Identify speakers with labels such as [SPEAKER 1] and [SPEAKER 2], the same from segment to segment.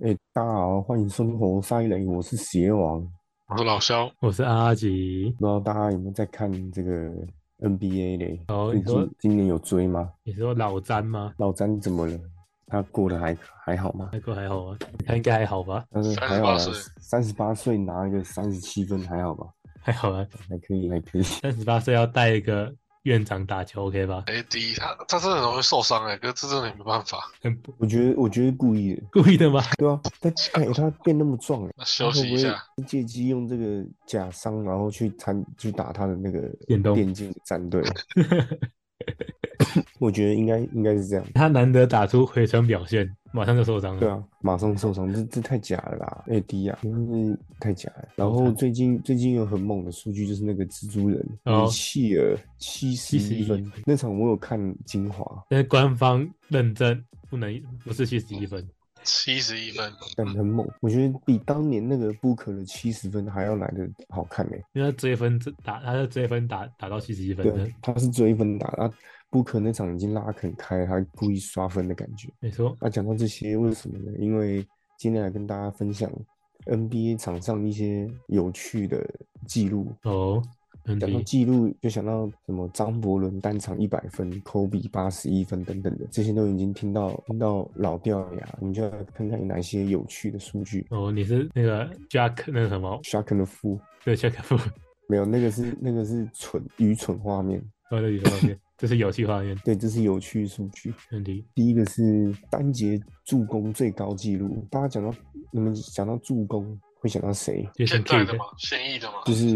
[SPEAKER 1] 哎，大家好，欢迎生活塞雷，我是邪王。
[SPEAKER 2] 我是老肖，
[SPEAKER 3] 我是阿吉，
[SPEAKER 1] 不知道大家有没有在看这个 NBA 嘞？
[SPEAKER 3] 哦
[SPEAKER 1] 最
[SPEAKER 3] 你说
[SPEAKER 1] 近今年有追吗？
[SPEAKER 3] 你说老詹吗？
[SPEAKER 1] 老詹怎么了？他过得还还好吗？
[SPEAKER 3] 那个还好啊，他应该还好吧？
[SPEAKER 1] 但是还好啦
[SPEAKER 2] 38岁，
[SPEAKER 1] 三十八岁拿一个三十七分还好吧？
[SPEAKER 3] 还好啊，
[SPEAKER 1] 还可以，还可以。
[SPEAKER 3] 三十八岁要带一个院长打球，OK 吧？
[SPEAKER 2] 哎，第一他他真的很容易受伤哎、可是这真的没办法，
[SPEAKER 3] 很不
[SPEAKER 1] 我觉得，我觉得故意的，
[SPEAKER 3] 故意的吗？
[SPEAKER 1] 对啊，他哎、他变那么壮哎、
[SPEAKER 2] 那休息一下。
[SPEAKER 1] 他会不会借机用这个假伤，然后去参去打他的那个
[SPEAKER 3] 电动
[SPEAKER 1] 电竞战队？ 我觉得应该应该是这样。
[SPEAKER 3] 他难得打出回传表现，马上就受伤了。
[SPEAKER 1] 对啊，马上受伤，这这太假了啦！哎、低呀、啊，真是太假了。然
[SPEAKER 3] 好
[SPEAKER 1] 后
[SPEAKER 3] 惨
[SPEAKER 1] 最近最近有很猛的数据，就是那个蜘蛛人
[SPEAKER 3] 哦
[SPEAKER 1] 米切尔七十一
[SPEAKER 3] 71
[SPEAKER 1] 分
[SPEAKER 3] 分
[SPEAKER 1] 那场，我有看精华，
[SPEAKER 3] 但是官方认证不能不是七十一分，
[SPEAKER 2] 七十一分，
[SPEAKER 1] 但很猛，我觉得比当年那个布克的七十分还要来的好看呢、
[SPEAKER 3] 因为他追分这打，他是追分打打到七十一分的
[SPEAKER 1] 对。，他是追分打，啊，布克那场已经拉很开，他故意刷分的感觉。
[SPEAKER 3] 没错，
[SPEAKER 1] 那、讲到这些，为什么呢？因为今天来跟大家分享 NBA 场上一些有趣的记录。
[SPEAKER 3] 哦，问
[SPEAKER 1] 讲到
[SPEAKER 3] 题
[SPEAKER 1] 记录，就想到什么张伯伦单场一百分，科比八十一分等等的，这些都已经听到听到老掉牙。我们就来看看有哪些有趣的数据。
[SPEAKER 3] 哦，你是那个 Jack 那个什么
[SPEAKER 1] Shark and the Fool
[SPEAKER 3] 对 Jack 夫，
[SPEAKER 1] 没有，那个是那个是蠢愚蠢画面。
[SPEAKER 3] 哦，这里的画 面，这是游戏画面
[SPEAKER 1] 对，这是有趣数据。
[SPEAKER 3] 问题。
[SPEAKER 1] 第一个是单节助攻最高纪录。大家讲到你们讲到助攻，会想到谁？
[SPEAKER 2] 现
[SPEAKER 3] Jason
[SPEAKER 2] 在
[SPEAKER 3] Kidd
[SPEAKER 2] 的吗？现役的吗？
[SPEAKER 1] 就是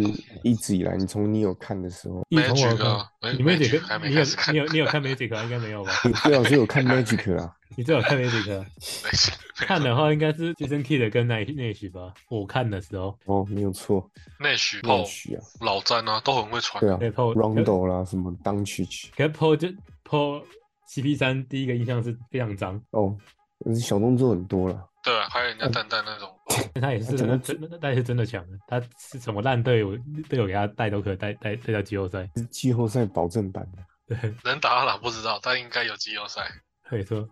[SPEAKER 1] 一直以来，你从你有看的时候，
[SPEAKER 3] 一同我
[SPEAKER 2] Magic
[SPEAKER 3] 看
[SPEAKER 2] 啊，没
[SPEAKER 3] 你 Magic
[SPEAKER 2] 还没
[SPEAKER 3] 你
[SPEAKER 2] 开
[SPEAKER 3] 有
[SPEAKER 2] 始看
[SPEAKER 3] 你有你有看 Magic 啊？应该没有吧？
[SPEAKER 1] 你最好是有看 Magic 啦。
[SPEAKER 3] 你最好看 Magic 啊？
[SPEAKER 2] 没事没
[SPEAKER 3] 看
[SPEAKER 2] 事
[SPEAKER 3] 的话应该是 Jason Kidd 跟那那许吧？我看的时候，
[SPEAKER 1] 哦，没有错，
[SPEAKER 2] 内许
[SPEAKER 1] 乱
[SPEAKER 2] 后
[SPEAKER 1] 许啊，
[SPEAKER 2] 老詹啊，都很会传
[SPEAKER 1] 对。啊
[SPEAKER 3] 对 Paul
[SPEAKER 1] ，Rondo 啦，什么 d u n c i c
[SPEAKER 3] 可是 Paul 就 Paul CP 三第一个印象是非常脏，
[SPEAKER 1] 哦，但是小动作很多了。
[SPEAKER 2] 对啊，还有人
[SPEAKER 1] 嗯
[SPEAKER 2] 家蛋蛋那种，
[SPEAKER 3] 但他也是
[SPEAKER 1] 他整个
[SPEAKER 3] 真的，他也是真的强的。他是什么烂队友队友给他带都可以带带带到季后赛，
[SPEAKER 1] 是季后赛保证版的，
[SPEAKER 3] 对，
[SPEAKER 2] 能打到哪不知道，但应该有季后赛。
[SPEAKER 3] 可以说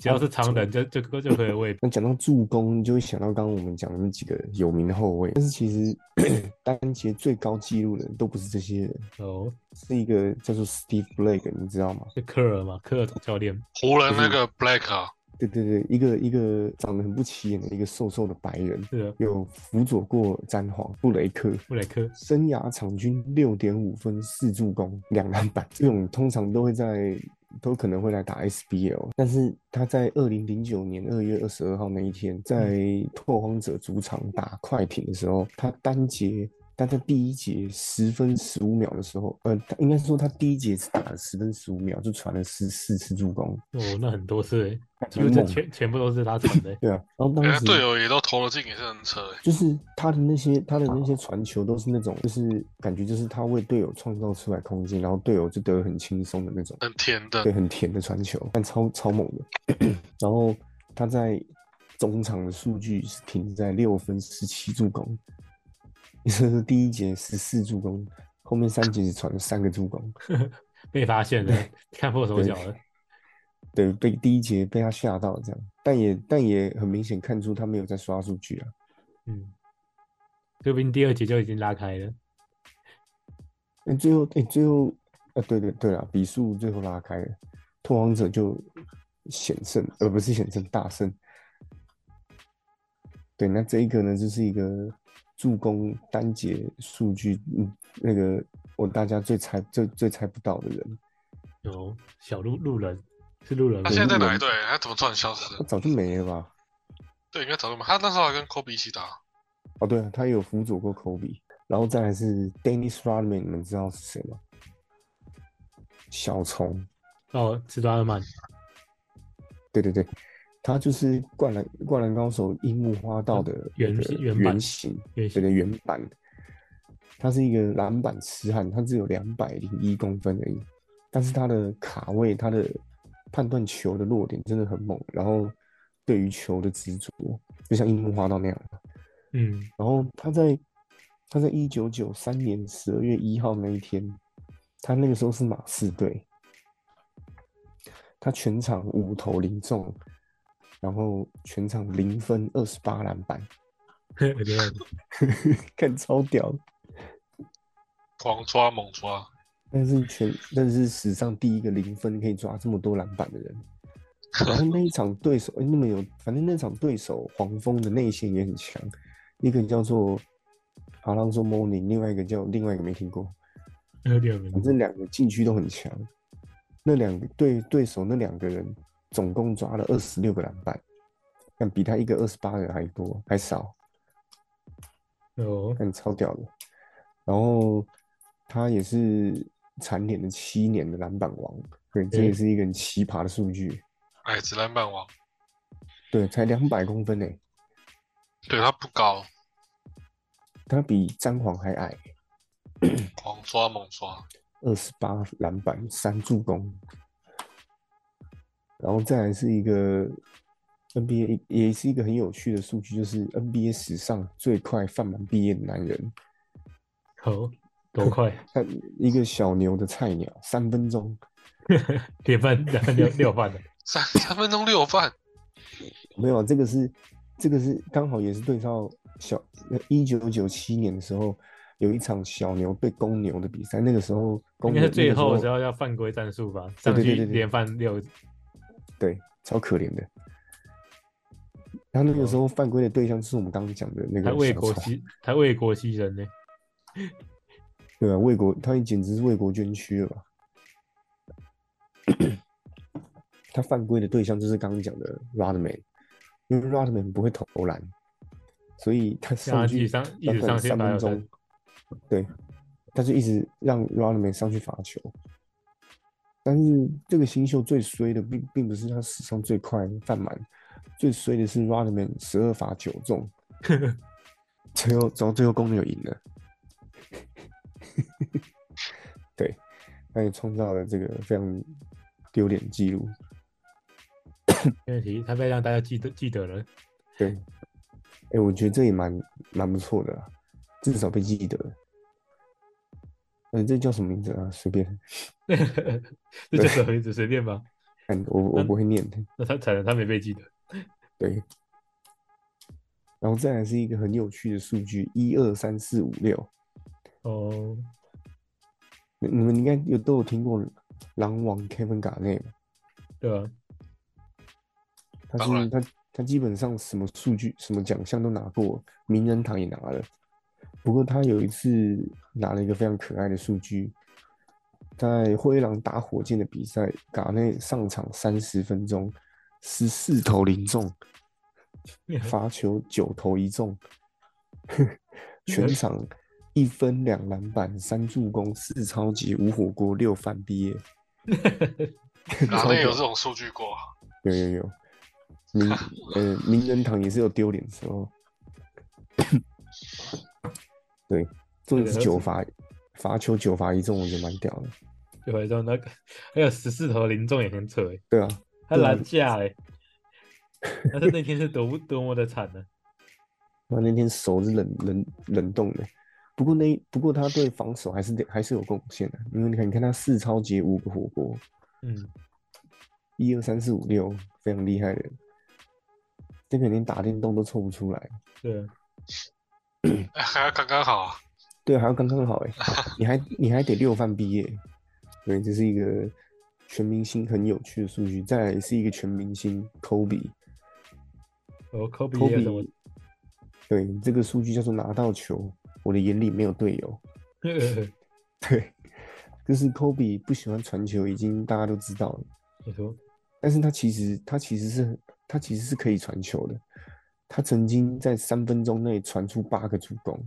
[SPEAKER 3] 只要是常人就就就就可以喂。
[SPEAKER 1] 那讲到助攻，你就会想到刚刚我们讲的那几个有名的后卫，但是其实 单节最高纪录的都不是这些人，
[SPEAKER 3] 哦，
[SPEAKER 1] 是一个叫做 Steve Blake，你知道吗？
[SPEAKER 3] 是科尔嘛？科尔总教练
[SPEAKER 2] 湖人那个 Black 啊，
[SPEAKER 1] 对对对，一个一个长得很不起眼的一个瘦瘦的白人，
[SPEAKER 3] 是的，
[SPEAKER 1] 有辅佐过詹皇、布雷克，
[SPEAKER 3] 布雷克
[SPEAKER 1] 生涯场均六点五分、四助攻、两篮板，这种通常都会在都可能会来打 SBL，但是他在二零零九年二月二十二号那一天，在拓荒者主场打快艇的时候，他单节。他在第一节十分十五秒的时候，呃，他应该是说他第一节是打了十分十五秒，就传了十四次助攻，
[SPEAKER 3] 哦，那很多次欸，
[SPEAKER 1] 蛮
[SPEAKER 3] 因为
[SPEAKER 1] 猛
[SPEAKER 3] 这
[SPEAKER 1] 的
[SPEAKER 3] 全全部都是他传的欸。
[SPEAKER 1] 对啊。然后当
[SPEAKER 2] 人家
[SPEAKER 1] 时
[SPEAKER 2] 队友也都投了进，也是很扯欸。
[SPEAKER 1] 就是他的那些他的那些传球都是那种，就是感觉就是他为队友创造出来空间，然后队友就得很轻松的那种，
[SPEAKER 2] 很甜的
[SPEAKER 1] 对，，很甜的传球，但超超猛的。 然后他在中场的数据是停在六分十七助攻， 这是第一节十四助攻，后面三节只传了三个助攻，
[SPEAKER 3] 被发 现了，看破手脚了。
[SPEAKER 1] 对，被第一节被他吓到这样，但也但也很明显看出他没有在刷数据啊。
[SPEAKER 3] 嗯，说不定第二节就已经拉开了。
[SPEAKER 1] 哎、最后，哎、最后，啊，对对对啦，比数最后拉开了，拓荒者就险胜，而不是险胜大胜。对，那这一个呢，就是一个助攻单节数据，嗯，那个我大家最猜最最猜不到的人，
[SPEAKER 3] 有小路路人是路人吗
[SPEAKER 2] 他，现在在哪一队？他怎么突然消失了
[SPEAKER 1] 他？早就没了吧？
[SPEAKER 2] 对，应该找到吗？他那时候还跟科比一起打，
[SPEAKER 1] 哦，对啊，他也有辅佐过科比，然后再来是 Dennis Rodman，你们知道是谁吗？小虫。
[SPEAKER 3] 哦，斯多尔曼
[SPEAKER 1] 对对对，他就是《灌篮灌篮高手》樱木花道的
[SPEAKER 3] 原
[SPEAKER 1] 那
[SPEAKER 3] 型
[SPEAKER 1] 个
[SPEAKER 3] 原版
[SPEAKER 1] 原型，
[SPEAKER 3] 原
[SPEAKER 1] 对
[SPEAKER 3] 型
[SPEAKER 1] 对原版。他是一个篮板痴汉，他只有两百零一公分而已，但是他的卡位、他的判断球的落点真的很猛，然后对于球的执着，就像樱木花道那样。
[SPEAKER 3] 嗯，
[SPEAKER 1] 然后他在他在一九九三年十二月一号那一天，他那个时候是马刺队，他全场五投零中，然后全场零分二十八篮板，
[SPEAKER 3] 有点
[SPEAKER 1] 看超屌。
[SPEAKER 2] 狂抓猛抓，
[SPEAKER 1] 但是全但是史上第一个零分可以抓这么多篮板的人。然后那一场对手，哎、那么有，反正那场对手黄蜂的内线也很强，一个叫做阿朗索·莫宁，另外一个叫另外一个没听过，
[SPEAKER 3] 有点有
[SPEAKER 1] 反
[SPEAKER 3] 点
[SPEAKER 1] 正两个禁区都很强。那两个对对手那两个人总共抓了二十六个篮板，但比他一个二十八人还多还少。
[SPEAKER 3] 哦，
[SPEAKER 1] 很超屌的。然后他也是蝉联了七年的篮板王，对，这也
[SPEAKER 3] 嗯
[SPEAKER 1] 是一个很奇葩的数据。
[SPEAKER 2] 矮子篮板王，
[SPEAKER 1] 对，才两百公分诶、
[SPEAKER 2] 对他不高，
[SPEAKER 1] 他比詹皇还矮，
[SPEAKER 2] 狂抓猛抓，
[SPEAKER 1] 二十八篮板三助攻。然后再来是一个 NBA，也是一个很有趣的数据，就是 NBA 史上最快犯满毕业的男人，
[SPEAKER 3] 好多快，
[SPEAKER 1] 他一个小牛的菜鸟，三分钟，
[SPEAKER 3] 铁饭两分六六饭的，
[SPEAKER 2] 三 三分钟六犯，
[SPEAKER 1] 没有，啊这个是这个是刚好也是对照小一九九七年的时候有一场小牛对公牛的比赛，那个时候公
[SPEAKER 3] 应
[SPEAKER 1] 牛
[SPEAKER 3] 该是最
[SPEAKER 1] 那个
[SPEAKER 3] 后的
[SPEAKER 1] 时
[SPEAKER 3] 时
[SPEAKER 1] 候
[SPEAKER 3] 候要犯规战术吧，
[SPEAKER 1] 对
[SPEAKER 3] 上
[SPEAKER 1] 对对
[SPEAKER 3] 去
[SPEAKER 1] 对对
[SPEAKER 3] 连犯六，
[SPEAKER 1] 对超可怜的。他那个时候犯规的对象是我们刚刚讲的那个
[SPEAKER 3] 他为
[SPEAKER 1] 小
[SPEAKER 3] 国
[SPEAKER 1] 丑
[SPEAKER 3] 牺他为国牺牲呢，
[SPEAKER 1] 对啊，为国他简直是为国捐躯了吧？他犯规的对象就是刚刚讲的 Rodman，因为 Rodman 不会投篮，所以他
[SPEAKER 3] 让
[SPEAKER 1] 上
[SPEAKER 3] 他
[SPEAKER 1] 去
[SPEAKER 3] 去上啊一
[SPEAKER 1] 短
[SPEAKER 3] 直
[SPEAKER 1] 短
[SPEAKER 3] 上线
[SPEAKER 1] 三
[SPEAKER 3] 打
[SPEAKER 1] 分
[SPEAKER 3] 有三
[SPEAKER 1] 钟，对，他就一直让 Rodman 上去罚球。但是这个新秀最衰的并并不是他史上最快犯满，最衰的是 Rodman 十二罚九 中，最后走到最后公牛赢了。对，那也创造了这个非常丢脸的记录。
[SPEAKER 3] 没问题，他被让大家记得记得了，
[SPEAKER 1] 对，哎、我觉得这也蛮蛮不错的啦，至少被记得了。嗯、这叫什么名字啊？随便，
[SPEAKER 3] 这就是很随随便吧，
[SPEAKER 1] 看我我
[SPEAKER 3] 那
[SPEAKER 1] 不会念的。
[SPEAKER 3] 那他惨了，他没被记得，
[SPEAKER 1] 对，然后再来是一个很有趣的数据，一二三四五六，
[SPEAKER 3] 哦，
[SPEAKER 1] 你你们应该有都有听过狼王 Kevin Garnett 吧？
[SPEAKER 3] 对吧？
[SPEAKER 1] 他
[SPEAKER 2] 当
[SPEAKER 1] 是
[SPEAKER 2] 然
[SPEAKER 1] 他他基本上什么数据、什么奖项都拿过，名人堂也拿了。不过他有一次拿了一个非常可爱的数据，在灰狼打火箭的比赛，嘎内上场三十分钟，十四投零中，罚球九投一 中，全场一分两篮板三助攻四超级五火锅六犯毕 业。
[SPEAKER 2] 哪内有这种数据过啊？
[SPEAKER 1] 有有有，名呃名人堂也是有丢脸的时候。对，重点是九罚罚球九罚一中，我觉得蛮屌的。
[SPEAKER 3] 对吧？然后那个还有十四投零中也很扯哎，
[SPEAKER 1] 对啊，
[SPEAKER 3] 他
[SPEAKER 1] 对啊
[SPEAKER 3] 拦架哎，但是那天是多么多么的惨 呢、
[SPEAKER 1] 那那天手是冷冷冷冻的，不过那不过他对防守还是得还是有贡献的，因为你看你看他四超节五个火锅，
[SPEAKER 3] 嗯，
[SPEAKER 1] 一二三四五六，非常厉害的。这个连打电动都凑不出来，
[SPEAKER 3] 对啊，
[SPEAKER 2] 哎，还要刚刚好啊，
[SPEAKER 1] 对，还要刚刚好哎，你还你还得六饭毕业，对，这是一个全明星很有趣的数据。再来是一个全明星 Kobe，Kobe
[SPEAKER 3] 哦，科比也有什么？
[SPEAKER 1] 对这个数据叫做拿到球，我的眼里没有队友。对，就是 Kobe 不喜欢传球，已经大家都知道了。
[SPEAKER 3] 你说
[SPEAKER 1] 但是他其实他其实是他其实是可以传球的，他曾经在三分钟内传出八个助攻，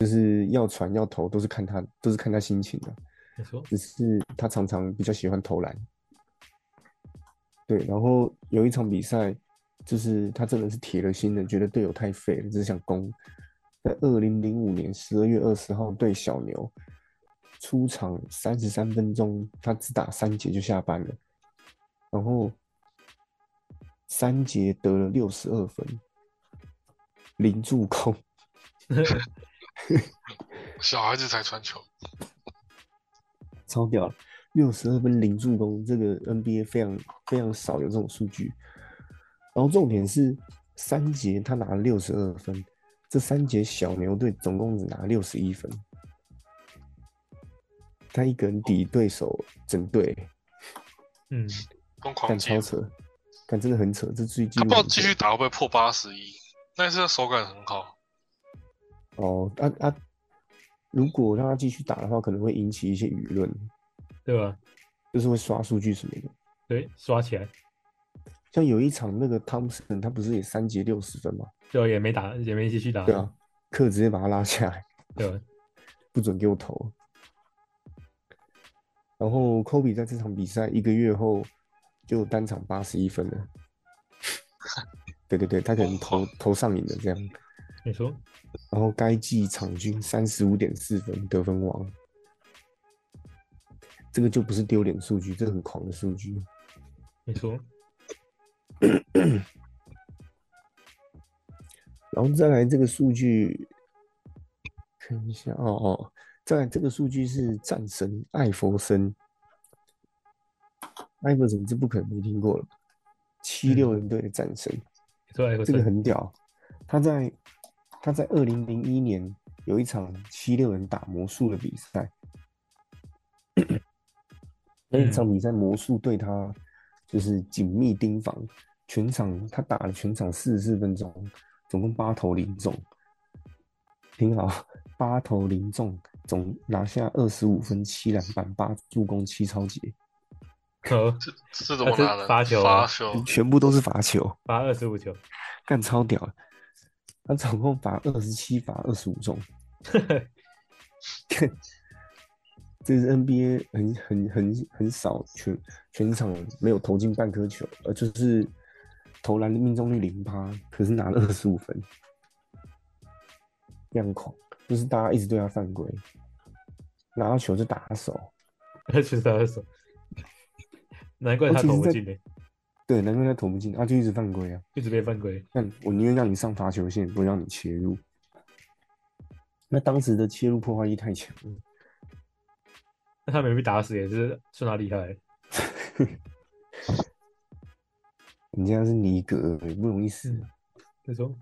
[SPEAKER 1] 就是要传要投都是看他都是看他心情的、
[SPEAKER 3] 你说
[SPEAKER 1] 只是他常常比较喜欢投篮。对，然后有一场比赛，就是他真的是铁了心的，觉得队友太废了，只想攻。在二零零五年十二月二十号对小牛，出场三十三分钟，他只打三节就下班了，然后三节得了六十二分，零助攻，
[SPEAKER 2] 小孩子才传球，
[SPEAKER 1] 超屌，六十二分零助攻，这个 NBA 非常非常少有这种数据。然后重点是三节他拿了六十二分，这三节小牛队总共只拿六十一分，他一个人抵对手整队，
[SPEAKER 3] 嗯，
[SPEAKER 2] 疯狂
[SPEAKER 1] 但
[SPEAKER 2] 进
[SPEAKER 1] 超，扯，但真的很扯，这最近
[SPEAKER 2] 他不知道继续打会不会破八十一。那一次的手感很好，
[SPEAKER 1] 哦，啊啊，如果让他继续打的话，可能会引起一些舆论，
[SPEAKER 3] 对吧？
[SPEAKER 1] 就是会刷数据什么的。
[SPEAKER 3] 对，刷起来，
[SPEAKER 1] 像有一场那个汤普森，他不是也三节六十分吗？
[SPEAKER 3] 最后也没打，也没继续打，
[SPEAKER 1] 对啊，克直接把他拉下来，
[SPEAKER 3] 对吧？
[SPEAKER 1] 不准给我投。然后科比在这场比赛一个月后就单场八十一分了。对对对，他可能投投上瘾了这样。
[SPEAKER 3] 你说，
[SPEAKER 1] 然后该季场均三十五点四分，得分王。这个就不是丢脸数据，这个很狂的数据。
[SPEAKER 3] 你说，
[SPEAKER 1] 然后再来这个数据，看一下哦哦，再来这个数据是战神艾弗森，艾弗森这不可能没听过了吧，七六人队的战神，
[SPEAKER 3] 你说艾弗
[SPEAKER 1] 这个
[SPEAKER 3] 森，
[SPEAKER 1] 很屌，他在他在二零零一年有一场七六人打魔术的比赛，那一场比赛魔术对他就是紧密盯防，全场他打了全场四十四分钟，总共八投零中，听好，八投零中，总拿下二十五分、七篮板、八助攻、七超截，
[SPEAKER 3] 哦
[SPEAKER 2] 这这怎
[SPEAKER 3] 他
[SPEAKER 2] 么
[SPEAKER 3] 是
[SPEAKER 2] 拿的？
[SPEAKER 3] 罚球啊
[SPEAKER 2] 罚球，
[SPEAKER 1] 全部都是罚球。
[SPEAKER 3] 罚二十五球，
[SPEAKER 1] 干超屌的，他总共罚二十七罚二十五中， 这是 NBA 很很很很少全全场没有投进半颗球，呃，就是投篮的命中率零趴，可是拿了二十五分，非常狂，就是大家一直对他犯规，拿到球就打手，
[SPEAKER 3] 二十三二手，难怪
[SPEAKER 1] 而
[SPEAKER 3] 他
[SPEAKER 1] 且
[SPEAKER 3] 投
[SPEAKER 1] 是
[SPEAKER 3] 不
[SPEAKER 1] 在
[SPEAKER 3] 进的，
[SPEAKER 1] 对，难怪他投不进，他就一直犯规啊。
[SPEAKER 3] 一直被犯规，
[SPEAKER 1] 但我宁愿让你上罚球线，不让你切入。那当时的切入破坏力太强了，
[SPEAKER 3] 那他没被打死也是算他厉害，
[SPEAKER 1] 人家是尼格尔，不容易死。
[SPEAKER 3] 嗯你说，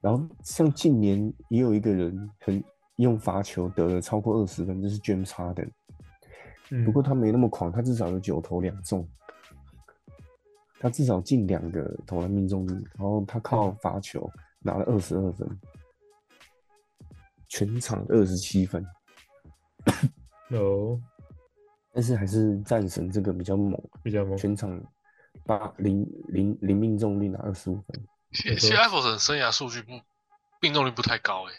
[SPEAKER 1] 然后像近年也有一个人很用罚球得了超过二十分，就是 James Harden。
[SPEAKER 3] 嗯，
[SPEAKER 1] 不过他没那么狂，他至少有九投两中，他至少进两个投篮命中率，然后他靠罚球拿了二十二分，全场二十七分。
[SPEAKER 3] 嗯有
[SPEAKER 1] 但是还是战神这个比较猛，
[SPEAKER 3] 比较猛，
[SPEAKER 1] 全场八零零零命中率拿二十五分，
[SPEAKER 2] 其实其实艾弗森生涯数据不命中率不太高诶、欸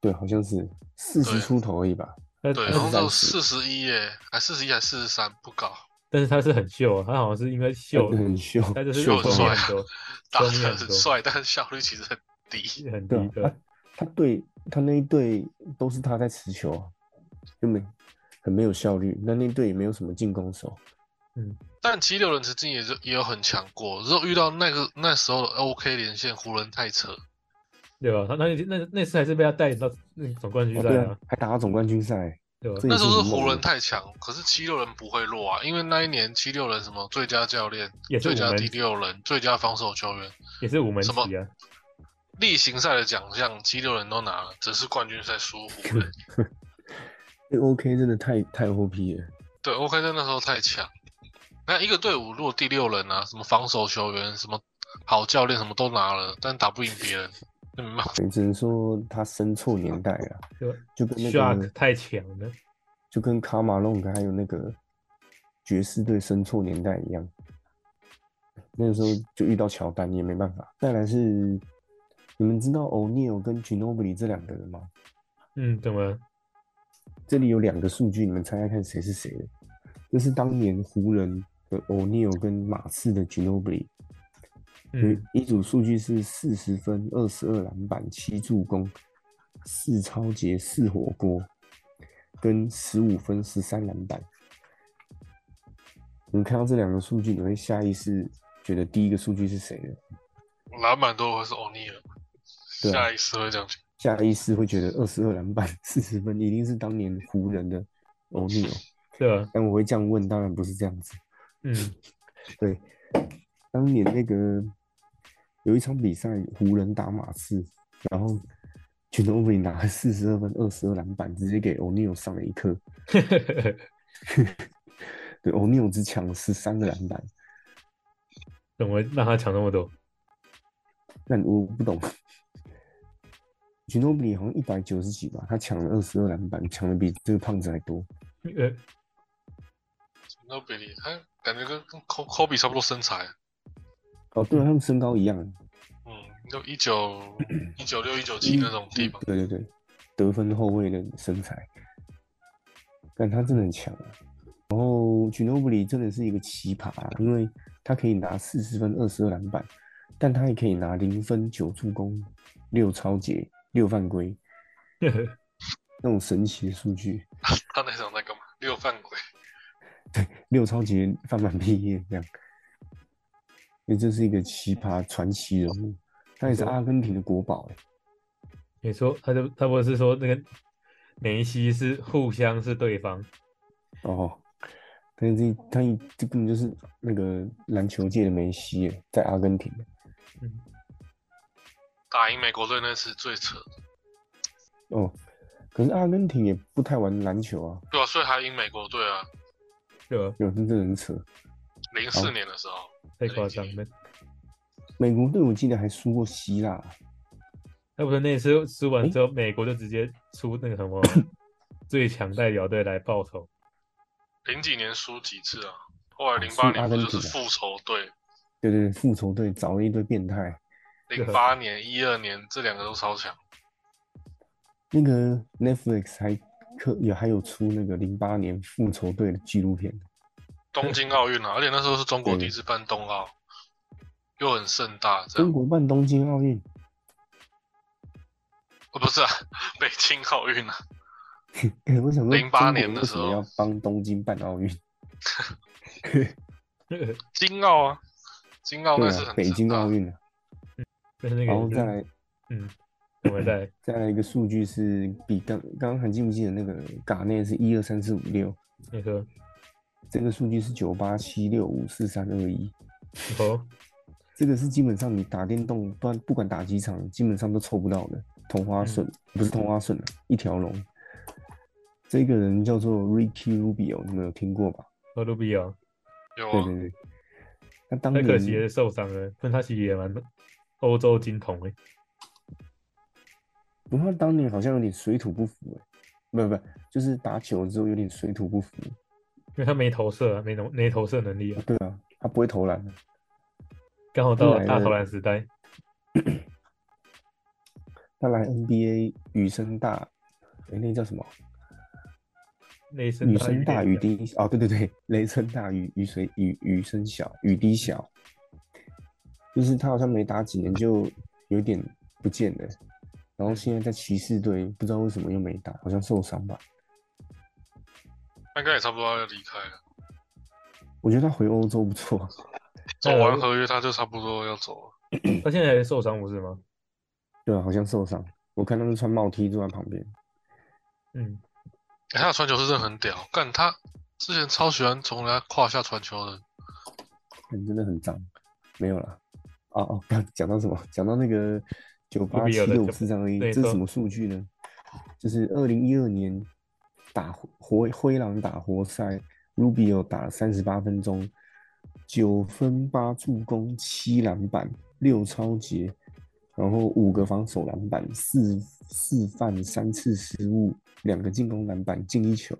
[SPEAKER 1] 对，好像是四十
[SPEAKER 2] 对
[SPEAKER 1] 出头而已吧。
[SPEAKER 3] 但
[SPEAKER 2] 对，
[SPEAKER 3] 但
[SPEAKER 2] 好
[SPEAKER 1] 然
[SPEAKER 2] 像
[SPEAKER 3] 是
[SPEAKER 2] 只
[SPEAKER 1] 后
[SPEAKER 2] 有四十一耶，还四十一还四十三，不高，
[SPEAKER 3] 但是他是很秀啊，他好像是因为秀，
[SPEAKER 1] 很秀，
[SPEAKER 3] 他就是
[SPEAKER 1] 秀
[SPEAKER 2] 很
[SPEAKER 3] 聪
[SPEAKER 1] 爆
[SPEAKER 2] 帅
[SPEAKER 3] 明
[SPEAKER 1] 了
[SPEAKER 2] 啊
[SPEAKER 3] 很多，
[SPEAKER 2] 打
[SPEAKER 3] 聪明
[SPEAKER 2] 得
[SPEAKER 3] 很
[SPEAKER 2] 很
[SPEAKER 3] 多
[SPEAKER 2] 帅，但是效率其实很低。
[SPEAKER 3] 很
[SPEAKER 1] 对啊，他
[SPEAKER 3] 低的，
[SPEAKER 1] 他对他那一队都是他在持球啊，就没很没有效率。那那队也没有什么进攻手，
[SPEAKER 2] 但七六人曾经也是也有很强过，只有遇到那个那时候的 OK 连线，湖人太扯，
[SPEAKER 3] 对吧？他那那那次还是被他带领到那总冠军
[SPEAKER 1] 哦
[SPEAKER 3] 赛
[SPEAKER 1] 对
[SPEAKER 3] 啊
[SPEAKER 1] 啊，，还打到总冠军赛，
[SPEAKER 3] 对吧
[SPEAKER 1] 这？也
[SPEAKER 2] 那时候
[SPEAKER 1] 很
[SPEAKER 2] 是
[SPEAKER 1] 猛
[SPEAKER 2] 湖人
[SPEAKER 1] 的
[SPEAKER 2] 太强，可是七六人不会弱啊，因为那一年七六人什么最佳教练、
[SPEAKER 3] 也是
[SPEAKER 2] 最
[SPEAKER 3] 我
[SPEAKER 2] 佳
[SPEAKER 3] 们
[SPEAKER 2] 第六人、最佳防守球员，
[SPEAKER 3] 也是五门
[SPEAKER 2] 什么
[SPEAKER 3] 旗啊，
[SPEAKER 2] 例行赛的奖项七六人都拿了，只是冠军赛输湖人。
[SPEAKER 1] 这 OK 真的太太 OP 了。
[SPEAKER 2] 对，OK 在那时候太强。那一个队伍如果第六人啊，什么防守球员、什么好教练什么都拿了，但打不赢别人，那没办法。
[SPEAKER 1] 对只能说他生错年代了，
[SPEAKER 3] 对吧
[SPEAKER 1] 就跟那个
[SPEAKER 3] ？Shark 太强了，
[SPEAKER 1] 就跟卡马隆还有那个爵士队生错年代一样，那个时候就遇到乔丹，你也没办法。再来是，你们知道欧尼尔跟 Ginobili 这两个人吗？
[SPEAKER 3] 嗯，怎么？
[SPEAKER 1] 这里有两个数据，你们猜猜看谁是谁的？这是当年湖人的欧尼尔跟马刺的 Ginobili，
[SPEAKER 3] 嗯，
[SPEAKER 1] 一组数据是四十分、二十二篮板、七助攻、四超节、四火锅，跟十五分、十三篮板。你看到这两个数据，你会下意识觉得第一个数据是谁的？
[SPEAKER 2] 篮板都会是欧尼尔，
[SPEAKER 1] 对啊
[SPEAKER 2] 下意识会这样讲。
[SPEAKER 1] 下意识会觉得二十二篮板、四十分一定是当年湖人的欧尼尔。哦
[SPEAKER 3] 对吧？
[SPEAKER 1] 但我会这样问，当然不是这样子。
[SPEAKER 3] 嗯，
[SPEAKER 1] 对，当年那个有一场比赛，湖人打马刺，然后 g i n o b i 拿四十二分、二十二篮板，直接给 O'Neal 上了一课。对，O'Neal 只抢了十三个篮板，
[SPEAKER 3] 怎么让他抢那么多？
[SPEAKER 1] 但我不懂。g i n o b i 好像一百九十几吧，他抢了二十二篮板，抢的比这个胖子还多。
[SPEAKER 3] 呃，
[SPEAKER 2] 那比利，他感觉跟跟科科比差不多身材，
[SPEAKER 1] 哦，对啊，他们身高一样。
[SPEAKER 2] 嗯，就一九一九六一九七那种地方。
[SPEAKER 1] 对对对，得分后卫的身材，但他真的很强、啊。然后 g i n o b i 真的是一个奇葩、啊因为他可以拿四十分、二十二篮板，但他也可以拿零分、九助攻、六超截、六犯规那种神奇的数据，
[SPEAKER 2] 他那场在干嘛？六犯规，
[SPEAKER 1] 六超截翻满毕业这样。所以这是一个奇葩传奇人物，他也是阿根廷的国宝、欸。
[SPEAKER 3] 你说他就他不是说那个梅西是互相是对方，
[SPEAKER 1] 哦，但是这他一这根本就是那个篮球界的梅西耶，在阿根廷。
[SPEAKER 2] 打赢美国队那次最扯，
[SPEAKER 1] 哦，可是阿根廷也不太玩篮球啊，
[SPEAKER 2] 对啊，所以还赢美国队啊，
[SPEAKER 3] 对吧？
[SPEAKER 1] 有真的很扯。
[SPEAKER 2] 零四年的时候，
[SPEAKER 3] 太夸张了。
[SPEAKER 1] 美国队我记得还输过希腊，
[SPEAKER 3] 要不是那次输完之后，美国就直接出那个 什么最强代表队来报仇。
[SPEAKER 2] 零几年输几次啊？后来
[SPEAKER 1] 哦
[SPEAKER 2] 零
[SPEAKER 1] 输
[SPEAKER 2] 八
[SPEAKER 1] 阿
[SPEAKER 2] 年不
[SPEAKER 1] 根
[SPEAKER 2] 就
[SPEAKER 1] 廷
[SPEAKER 2] 是
[SPEAKER 1] 啊
[SPEAKER 2] 复仇队？
[SPEAKER 1] 对对对，复仇队找了一堆变态。
[SPEAKER 2] 零 八年、一二年这两个都超强，
[SPEAKER 1] 那个 Netflix 还可也还有出那个零八年复仇队的纪录片，
[SPEAKER 2] 啊东京 奥运啊，而且那时候是中国
[SPEAKER 1] 对
[SPEAKER 2] 第一次办冬奥，又很盛大，这
[SPEAKER 1] 中
[SPEAKER 2] 样
[SPEAKER 1] 国办东京奥运，
[SPEAKER 2] 哦不是啊， 北京奥运啊，
[SPEAKER 1] 哎我想说
[SPEAKER 2] 08
[SPEAKER 1] 中国
[SPEAKER 2] 年的
[SPEAKER 1] 为什么
[SPEAKER 2] 时候
[SPEAKER 1] 要帮东京办奥运？
[SPEAKER 2] 京奥啊，京 奥
[SPEAKER 1] 对
[SPEAKER 2] 那是
[SPEAKER 1] 啊，
[SPEAKER 2] 很
[SPEAKER 1] 北
[SPEAKER 2] 盛
[SPEAKER 1] 京
[SPEAKER 2] 大
[SPEAKER 1] 奥，运啊，
[SPEAKER 3] 就是那个，
[SPEAKER 1] 然后再来
[SPEAKER 3] 嗯，我们再
[SPEAKER 1] 再来一个数据是比刚刚刚还记不记得那个嘎内是一二三四五六，
[SPEAKER 3] 那个，
[SPEAKER 1] 这个数据是九八七六五四三二一，
[SPEAKER 3] 哦，
[SPEAKER 1] 这个是基本上你打电动，不然不管打几场，基本上都凑不到的。同花顺、
[SPEAKER 3] 嗯
[SPEAKER 1] 不是同花顺啊，一条龙。这个人叫做 Ricky Rubio，你们有听过吧？
[SPEAKER 3] 和哦卢比奥，
[SPEAKER 2] 有
[SPEAKER 1] 对
[SPEAKER 2] 啊，
[SPEAKER 1] 对对，他当
[SPEAKER 3] 太
[SPEAKER 1] 年
[SPEAKER 3] 可惜了，受伤了，但他其实也蛮欧洲金童欸诶。
[SPEAKER 1] 不过他当年好像有点水土不服哎、不不，就是打久了之后有点水土不服。
[SPEAKER 3] 因为他没投射、啊，没能没投射能力啊，
[SPEAKER 1] 对啊，他不会投篮的。
[SPEAKER 3] 刚好到
[SPEAKER 1] 后来
[SPEAKER 3] 了大
[SPEAKER 1] 呢
[SPEAKER 3] 投篮时代，
[SPEAKER 1] 他来 NBA 雨声大，哎、那叫什么？
[SPEAKER 3] 内声
[SPEAKER 1] 雨声大雨
[SPEAKER 3] 雨啊
[SPEAKER 1] 滴哦，对对对，雷声大雨雨水雨雨声小雨滴小，就是他好像没打几年就有点不见了，然后现在在骑士队不知道为什么又没打，好像受伤吧。
[SPEAKER 2] 那应该也差不多要离开了，
[SPEAKER 1] 我觉得他回欧洲不错，
[SPEAKER 2] 走完合约他就差不多要走了，
[SPEAKER 3] 他现在还受伤不是吗？
[SPEAKER 1] 对啊，好像受伤。我看他们穿帽 T 坐在旁边，
[SPEAKER 3] 嗯，
[SPEAKER 2] 欸他的传球是真的很屌，干他之前超喜欢从人家胯下传球的，
[SPEAKER 1] 看真的很脏。没有啦，哦哦，刚讲到什么？讲到那个九八七六四三二一，
[SPEAKER 3] 对
[SPEAKER 1] 这是
[SPEAKER 3] 说
[SPEAKER 1] 什么数据呢？就是二零一二年打活灰狼打活塞，Rubio 打了三十八分钟，九分八助攻，七篮板，六超截，然后五个防守篮板，四四犯三次失误，两个进攻篮板，进一球。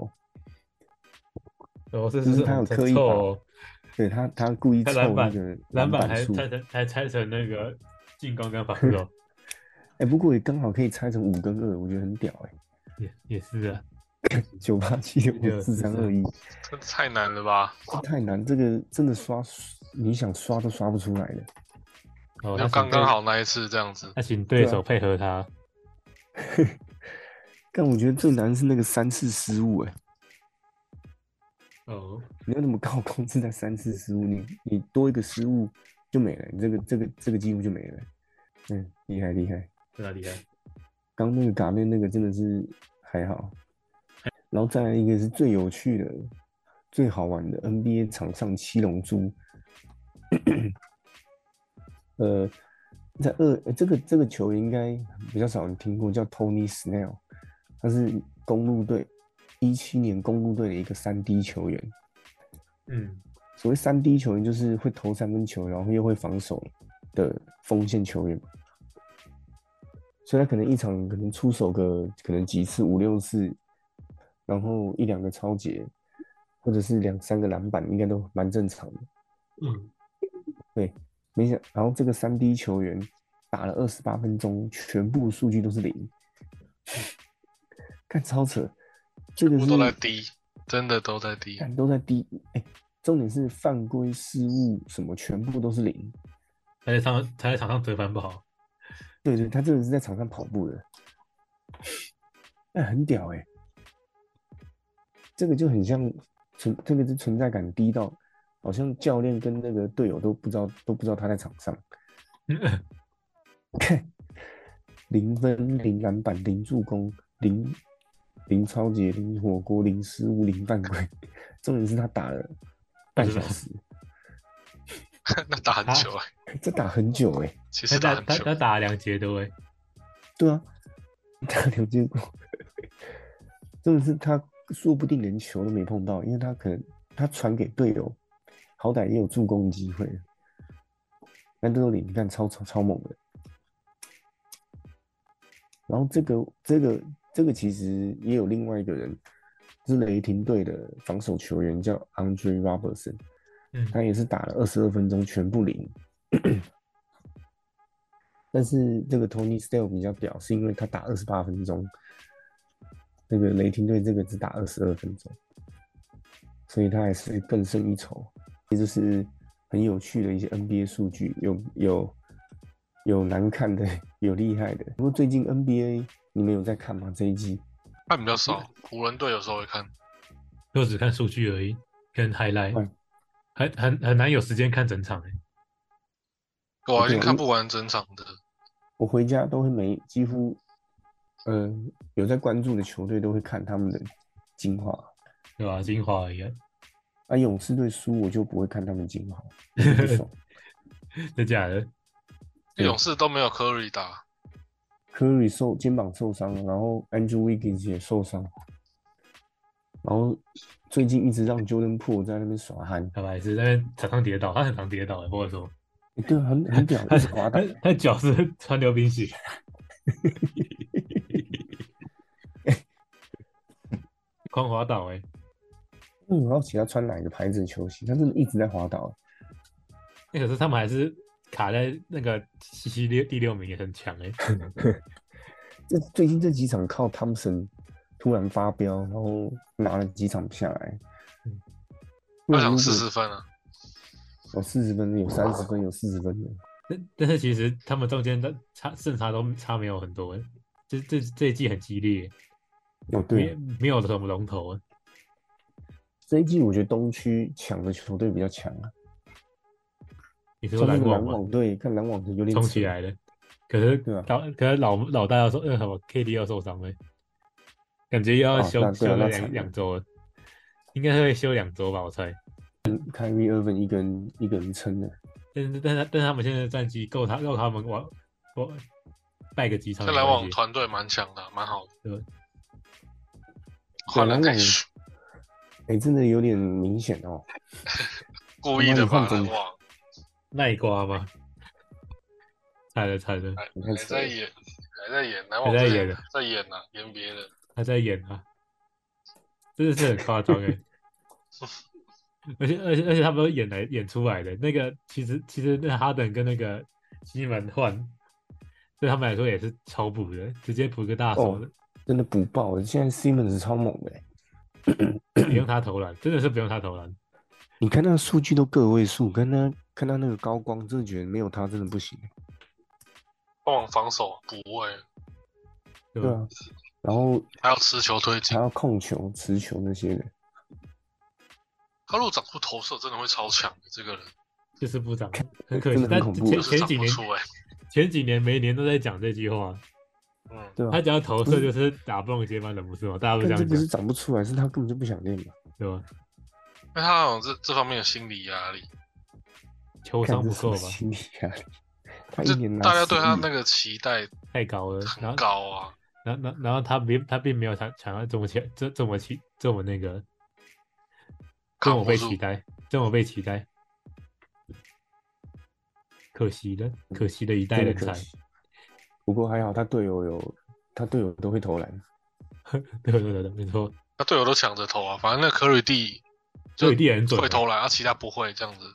[SPEAKER 3] 然后哦这
[SPEAKER 1] 就是
[SPEAKER 3] 是
[SPEAKER 1] 嗯他有
[SPEAKER 3] 很
[SPEAKER 1] 刻意
[SPEAKER 3] 臭、哦，
[SPEAKER 1] 对他，他故意
[SPEAKER 3] 他
[SPEAKER 1] 凑那
[SPEAKER 3] 篮板
[SPEAKER 1] 个
[SPEAKER 3] 篮板还
[SPEAKER 1] 数。
[SPEAKER 3] 拆成还拆成那个进攻跟防守，
[SPEAKER 1] 哎、不过也刚好可以拆成五跟二，我觉得很屌哎、
[SPEAKER 3] 也也是啊，
[SPEAKER 1] 九八七五四三二一，
[SPEAKER 2] 这太难了吧？
[SPEAKER 1] 这太难，这个真的刷，你想刷都刷不出来的。
[SPEAKER 3] 哦，他
[SPEAKER 2] 就
[SPEAKER 3] 请
[SPEAKER 2] 刚刚
[SPEAKER 3] 对，
[SPEAKER 2] 好那一次这样子，
[SPEAKER 3] 他请对
[SPEAKER 1] 对啊
[SPEAKER 3] 手配合他，
[SPEAKER 1] 但我觉得最难是那个三次失误哎、
[SPEAKER 3] 哦，
[SPEAKER 1] 你要那么高控制在三次失误，你你多一个失误就没了，你这个这个这个记录就没了。嗯，厉害厉害。
[SPEAKER 3] 真的厉害，
[SPEAKER 1] 刚那个嘎内那个真的是还好，然后再来一个是最有趣的、最好玩的 NBA 场上七龙珠，呃，在二呃这个这个球应该比较少人听过，叫 Tony Snell，他是公路队一七年公路队的一个三 D 球员。
[SPEAKER 3] 嗯，
[SPEAKER 1] 所谓三 D 球员，就是会投三分球，然后又会防守的锋线球员。所以他可能一场可能出手个可能几次五六次，然后一两个超节，或者是两三个篮板，应该都蛮正常的。
[SPEAKER 2] 嗯，
[SPEAKER 1] 没想，然后这个三 D 球员打了二十八分钟，全部数据都是零， 看超扯，这个
[SPEAKER 2] 我
[SPEAKER 1] 是
[SPEAKER 2] 都在低，真的都在低。
[SPEAKER 1] 看都在低，哎、重点是犯规失误什么全部都是零，
[SPEAKER 3] 他在场他在场上得分不好，
[SPEAKER 1] 对对，他真的是在场上跑步的，那很屌哎、这个就很像存，这个是存在感低到，好像教练跟那个队友都不知道都不知道他在场上。零分、零篮板、零助攻、零零超级、零火锅、零失误、零犯规。 重点是他打了半小时，
[SPEAKER 2] 那打很久哎、
[SPEAKER 1] 这打很久哎、
[SPEAKER 2] 其
[SPEAKER 3] 他
[SPEAKER 2] 实
[SPEAKER 3] 打
[SPEAKER 2] 打很
[SPEAKER 3] 他
[SPEAKER 2] 久
[SPEAKER 3] 他。打了两节欸对不对？
[SPEAKER 1] 对啊， 打两结果， 真的是他说不定连球都没碰到，因为他可能他传给队友，好歹也有助攻的机会。但这种你看超超超猛的。然后这个这个这个其实也有另外一个人，是雷霆队的防守球员叫 Andre Robertson，
[SPEAKER 3] 嗯，
[SPEAKER 1] 他也是打了二十二分钟，全部零。 但是这个 Tony Stale 比较屌，是因为他打二十八分钟，那个雷霆队这个只打二十二分钟，所以他还是更胜一筹。这就是很有趣的一些 NBA 数据，有有有难看的，有厉害的。不过最近 NBA 你们有在看吗？这一季？
[SPEAKER 2] 看比较少，湖人队有时候会看。
[SPEAKER 3] 就只看数据而已，跟 highlight，
[SPEAKER 1] 嗯
[SPEAKER 3] 很很很难有时间看整场、欸。
[SPEAKER 2] 我已经
[SPEAKER 1] 对
[SPEAKER 2] 啊看不完整场的，
[SPEAKER 3] 嗯
[SPEAKER 1] 我回家都会每几乎，呃，有在关注的球队都会看他们的精华。
[SPEAKER 3] 对吧、精华而已、啊，
[SPEAKER 1] 啊，勇士队输我就不会看他们精华，我就不爽。
[SPEAKER 3] 真假的？
[SPEAKER 1] 对
[SPEAKER 2] 勇士都没有 Curry 打，
[SPEAKER 1] Curry 受肩膀受伤，然后 Andrew Wiggins 也受伤，然后最近一直让 Jordan p 在那边耍憨，
[SPEAKER 3] 他白是在那边场上跌倒，他很常跌倒、欸，或者说
[SPEAKER 1] 欸对，很很屌，
[SPEAKER 3] 他
[SPEAKER 1] 一直滑
[SPEAKER 3] 他
[SPEAKER 1] 倒。
[SPEAKER 3] 他脚是穿溜冰鞋，狂滑倒哎、欸，
[SPEAKER 1] 嗯，我好奇他穿哪个牌子的球鞋，他真的一直在滑倒。
[SPEAKER 3] 那欸可是他们还是卡在那个西西六第六名也很强 哎、欸，
[SPEAKER 1] 这最近这几场靠汤神突然发飙，然后拿了几场下来
[SPEAKER 3] 嗯。
[SPEAKER 1] 不然如
[SPEAKER 2] 他想
[SPEAKER 1] 果
[SPEAKER 2] 四十分啊。
[SPEAKER 1] 有哦四十分的，有三十分，有四十分的。
[SPEAKER 3] 但但是其实他们中间的差胜差都差没有很多、欸，这这这一季很激烈、
[SPEAKER 1] 哦，对，
[SPEAKER 3] 没没有什么龙头、欸，
[SPEAKER 1] 这一季我觉得东区抢的球队比较强啊，
[SPEAKER 3] 你说
[SPEAKER 1] 像那
[SPEAKER 3] 篮
[SPEAKER 1] 个
[SPEAKER 3] 网
[SPEAKER 1] 篮
[SPEAKER 3] 吗？
[SPEAKER 1] 网队，看篮网队有点
[SPEAKER 3] 冲起
[SPEAKER 1] 扯
[SPEAKER 3] 来了。可是
[SPEAKER 1] 对啊
[SPEAKER 3] 老、可是老老大要受，呃，什么 KD 要受伤了，感觉要
[SPEAKER 1] 哦
[SPEAKER 3] 休、
[SPEAKER 1] 那
[SPEAKER 3] 休
[SPEAKER 1] 对啊
[SPEAKER 3] 个
[SPEAKER 1] 那惨
[SPEAKER 3] 两
[SPEAKER 1] 了
[SPEAKER 3] 两周了，应该会休两周吧，我猜。
[SPEAKER 1] 凯瑞·厄文一个人一个人撑的，
[SPEAKER 3] 但是但是但是他们现在的战绩够他够他们玩我败个几场
[SPEAKER 2] 这
[SPEAKER 3] 没
[SPEAKER 2] 篮
[SPEAKER 3] 关
[SPEAKER 2] 网
[SPEAKER 3] 系，
[SPEAKER 2] 团队蛮强的，啊蛮好的。
[SPEAKER 3] 对
[SPEAKER 2] 换了
[SPEAKER 1] 篮网
[SPEAKER 2] Nash，
[SPEAKER 1] 哎、真的有点明显哦。
[SPEAKER 2] 故意的吧？
[SPEAKER 1] 他
[SPEAKER 2] 篮
[SPEAKER 1] 们换中
[SPEAKER 2] 网
[SPEAKER 3] 耐瓜吗？惨了惨了，
[SPEAKER 2] 还
[SPEAKER 1] 你
[SPEAKER 2] 还
[SPEAKER 1] 看
[SPEAKER 2] 在
[SPEAKER 1] 谁？
[SPEAKER 2] 演，还在演，篮
[SPEAKER 3] 还
[SPEAKER 2] 网
[SPEAKER 3] 在
[SPEAKER 2] 在
[SPEAKER 3] 演
[SPEAKER 2] 演
[SPEAKER 3] 啊，
[SPEAKER 2] 在演啊，演别的。
[SPEAKER 3] 他在演啊，真的是很夸张哎。而且而且而且他们都演来演出来的那个，其实其实那哈登跟那个西蒙换，对他们来说也是超补的，直接补个大手的，
[SPEAKER 1] 真的补爆了！现在 Simmons 超猛的、欸，
[SPEAKER 3] 不用他投篮，真的是不用他投篮。
[SPEAKER 1] 你看他的数据都个位数，看他看他那个高光，真的觉得没有他真的不行。
[SPEAKER 2] 帮忙防守补位，
[SPEAKER 3] 对
[SPEAKER 1] 对
[SPEAKER 3] 吧？
[SPEAKER 1] 啊，然后
[SPEAKER 2] 还要持球推
[SPEAKER 1] 还
[SPEAKER 2] 进。
[SPEAKER 1] 要控球、持球那些的，
[SPEAKER 2] 他如果长出投射，真的会超强的。这个人
[SPEAKER 3] 就是部长，很可惜
[SPEAKER 1] 真。的很
[SPEAKER 3] 但
[SPEAKER 1] 恐怖啊
[SPEAKER 3] 前
[SPEAKER 2] 就是
[SPEAKER 3] 前
[SPEAKER 2] 长
[SPEAKER 3] 几
[SPEAKER 2] 不
[SPEAKER 3] 年
[SPEAKER 2] 出哎。
[SPEAKER 3] 前几年每一年都在讲这句话，
[SPEAKER 2] 嗯，
[SPEAKER 1] 对吧、
[SPEAKER 3] 他
[SPEAKER 1] 啊？
[SPEAKER 3] 只要投射就是打不动接班人，不是吗？大家都这
[SPEAKER 1] 但这
[SPEAKER 3] 样
[SPEAKER 1] 不
[SPEAKER 3] 讲
[SPEAKER 1] 是，长不出来，是他根本就不想练嘛。
[SPEAKER 3] 对吧？
[SPEAKER 2] 因为他好像这这方面有心理压力。
[SPEAKER 3] 球
[SPEAKER 1] 看
[SPEAKER 3] 商
[SPEAKER 1] 这
[SPEAKER 3] 不
[SPEAKER 1] 什么
[SPEAKER 3] 够吧？
[SPEAKER 1] 心理压力？他一
[SPEAKER 2] 就
[SPEAKER 1] 年拿
[SPEAKER 2] 大家对
[SPEAKER 1] 10
[SPEAKER 2] 他
[SPEAKER 1] 亿啊
[SPEAKER 2] 那个期待
[SPEAKER 3] 太高了，然
[SPEAKER 2] 很
[SPEAKER 3] 后
[SPEAKER 2] 高啊，
[SPEAKER 3] 然后然后然后他并他并没有想想要这么期这这么期这么那个这
[SPEAKER 2] 扛
[SPEAKER 3] 么
[SPEAKER 2] 不
[SPEAKER 3] 被
[SPEAKER 2] 住
[SPEAKER 3] 期待，这么被期待，可惜了，可惜的一代
[SPEAKER 1] 真的
[SPEAKER 3] 人
[SPEAKER 1] 可
[SPEAKER 3] 才，
[SPEAKER 1] 惜。不过还好他队友有，他队友都会投篮，
[SPEAKER 3] 对对对对，没错，
[SPEAKER 2] 他队友都抢着投啊，反正那科里蒂
[SPEAKER 3] 就一定很准
[SPEAKER 2] 会
[SPEAKER 3] 啊，
[SPEAKER 2] 投篮，啊，其他不会这样子。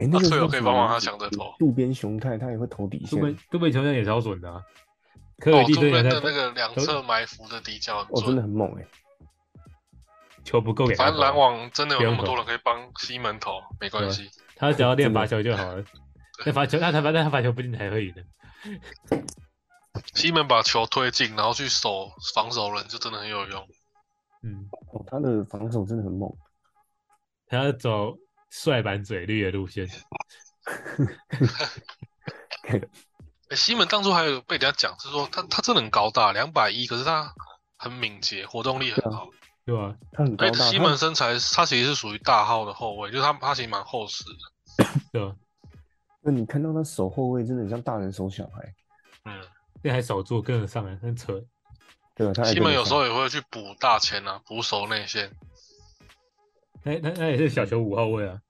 [SPEAKER 1] 哎，那
[SPEAKER 2] 啊
[SPEAKER 1] 个
[SPEAKER 2] 队友
[SPEAKER 1] 叫
[SPEAKER 2] 可以
[SPEAKER 1] 什
[SPEAKER 2] 帮
[SPEAKER 1] 么
[SPEAKER 2] 忙
[SPEAKER 1] 名
[SPEAKER 2] 他
[SPEAKER 1] 字
[SPEAKER 2] 抢着投
[SPEAKER 1] 渡边雄太他也会投底
[SPEAKER 3] 杜
[SPEAKER 1] 线，
[SPEAKER 3] 本杜本球员也超准的、啊，科
[SPEAKER 2] 哦
[SPEAKER 3] 尔，蒂
[SPEAKER 2] 杜
[SPEAKER 3] 队员
[SPEAKER 2] 边
[SPEAKER 3] 在
[SPEAKER 2] 的那个两
[SPEAKER 3] 都
[SPEAKER 2] 侧埋伏的底角很
[SPEAKER 1] 哦，真的
[SPEAKER 2] 准，
[SPEAKER 1] 很猛哎、
[SPEAKER 3] 球不够给他
[SPEAKER 2] 反正
[SPEAKER 3] 投
[SPEAKER 2] 篮网真的有
[SPEAKER 3] 不
[SPEAKER 2] 那
[SPEAKER 3] 用
[SPEAKER 2] 么
[SPEAKER 3] 投
[SPEAKER 2] 多人可以帮西门投，没关系。
[SPEAKER 3] 他只要练
[SPEAKER 1] 真的
[SPEAKER 3] 罚球就好了。那罚球，那他罚那他罚球不进才会赢的。
[SPEAKER 2] 西门把球推进，然后去守防守人，就真的很有用。
[SPEAKER 3] 嗯，
[SPEAKER 1] 哦，他的防守真的很猛，
[SPEAKER 3] 他要走帅板嘴绿的路线，
[SPEAKER 2] 欸、西门当初还有被人家讲是说他他真的很高大，两百一，可是他很敏捷，活动力很好。
[SPEAKER 3] 对吧？
[SPEAKER 1] 他啊很高
[SPEAKER 2] 而且
[SPEAKER 1] 大，
[SPEAKER 2] 西
[SPEAKER 1] 他
[SPEAKER 2] 门身材他其实是属于大号的后卫，就是他他其实蛮厚实的。
[SPEAKER 3] 对吧？
[SPEAKER 1] 那你看到他守后卫，真的很像大人守小孩，
[SPEAKER 2] 嗯，
[SPEAKER 3] 那还守住跟得上来，很扯。
[SPEAKER 1] 对吧？他还
[SPEAKER 2] 西
[SPEAKER 1] 跟
[SPEAKER 2] 门
[SPEAKER 1] 得
[SPEAKER 2] 有时
[SPEAKER 1] 上
[SPEAKER 2] 候也会去补大前啊，补守内线。
[SPEAKER 3] 那那那也是小球五号位啊，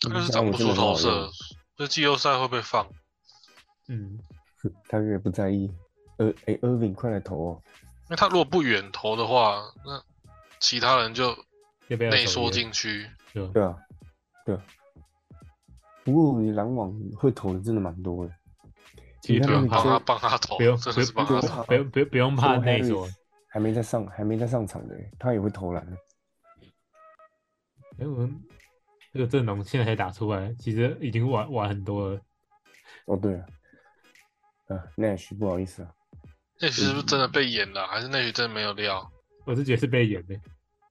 [SPEAKER 2] 他
[SPEAKER 1] 嗯
[SPEAKER 2] 就是
[SPEAKER 1] 这样
[SPEAKER 2] 长
[SPEAKER 1] 我
[SPEAKER 2] 不
[SPEAKER 1] 真
[SPEAKER 2] 出
[SPEAKER 1] 的很
[SPEAKER 2] 投
[SPEAKER 1] 好
[SPEAKER 2] 射
[SPEAKER 1] 用，
[SPEAKER 2] 这季后赛会被放。
[SPEAKER 3] 嗯，
[SPEAKER 1] 他越不在意。呃，哎，Irving 快来投哦！
[SPEAKER 2] 因为他如果不远投的话，那其他人就
[SPEAKER 3] 要不要
[SPEAKER 2] 内
[SPEAKER 3] 守
[SPEAKER 2] 缩
[SPEAKER 3] 约，
[SPEAKER 2] 禁区。
[SPEAKER 3] 对吧？
[SPEAKER 1] 对啊，对啊。不过你篮网会投的真的蛮多的，
[SPEAKER 3] 其实
[SPEAKER 1] 你
[SPEAKER 2] 不
[SPEAKER 1] 看
[SPEAKER 3] 不
[SPEAKER 1] 那
[SPEAKER 2] 用
[SPEAKER 1] 个
[SPEAKER 3] 用
[SPEAKER 2] 啊帮他
[SPEAKER 1] Joe-
[SPEAKER 3] 怕，
[SPEAKER 2] 帮他投，
[SPEAKER 3] 不用
[SPEAKER 2] 真
[SPEAKER 3] 不
[SPEAKER 2] 的是帮他
[SPEAKER 1] 用
[SPEAKER 2] 投。
[SPEAKER 1] 怕
[SPEAKER 3] 用不用不用不用怕
[SPEAKER 1] Joe
[SPEAKER 3] 内缩
[SPEAKER 1] Harris，还没在上，还没在上场的欸，他也会投篮的。
[SPEAKER 3] 哎，我们这个阵容现在才打出来，其实已经晚晚很多了。
[SPEAKER 1] 哦，对啊，啊，Nash 不好意思啊，
[SPEAKER 2] 那许是不是真的被演了，啊还是那许真的没有料？
[SPEAKER 3] 我是觉得是被演的，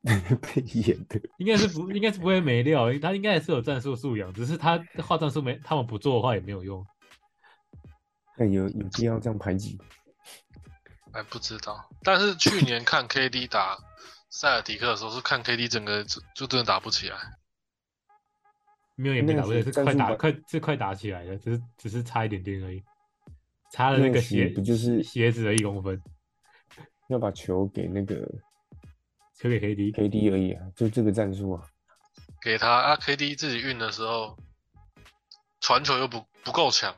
[SPEAKER 1] 被演的。
[SPEAKER 3] 应该是不应该是不会没料，他应该还是有战术素养，只是他画战术没他们不做的话也没有用。
[SPEAKER 1] 那有有必要这样排挤？
[SPEAKER 2] 还哎不知道。但是去年看 KD 打塞尔提克的时候，是看 KD 整个就就真的打不起来。
[SPEAKER 3] 没有也没
[SPEAKER 1] 那个
[SPEAKER 3] 打不对，
[SPEAKER 1] 是
[SPEAKER 3] 是
[SPEAKER 1] 战
[SPEAKER 3] 快
[SPEAKER 1] 术
[SPEAKER 3] 打
[SPEAKER 1] 吧
[SPEAKER 3] 快是快打起来了，只是只是差一点点而已，差了
[SPEAKER 1] 那
[SPEAKER 3] 那个
[SPEAKER 1] 许
[SPEAKER 3] 鞋
[SPEAKER 1] 不就是
[SPEAKER 3] 鞋子的一公分，
[SPEAKER 1] 要把球给那个
[SPEAKER 3] 球给 KD，
[SPEAKER 1] KD 而已啊，就这个战术啊。
[SPEAKER 2] 给他啊，KD 自己运的时候，传球又不不够强，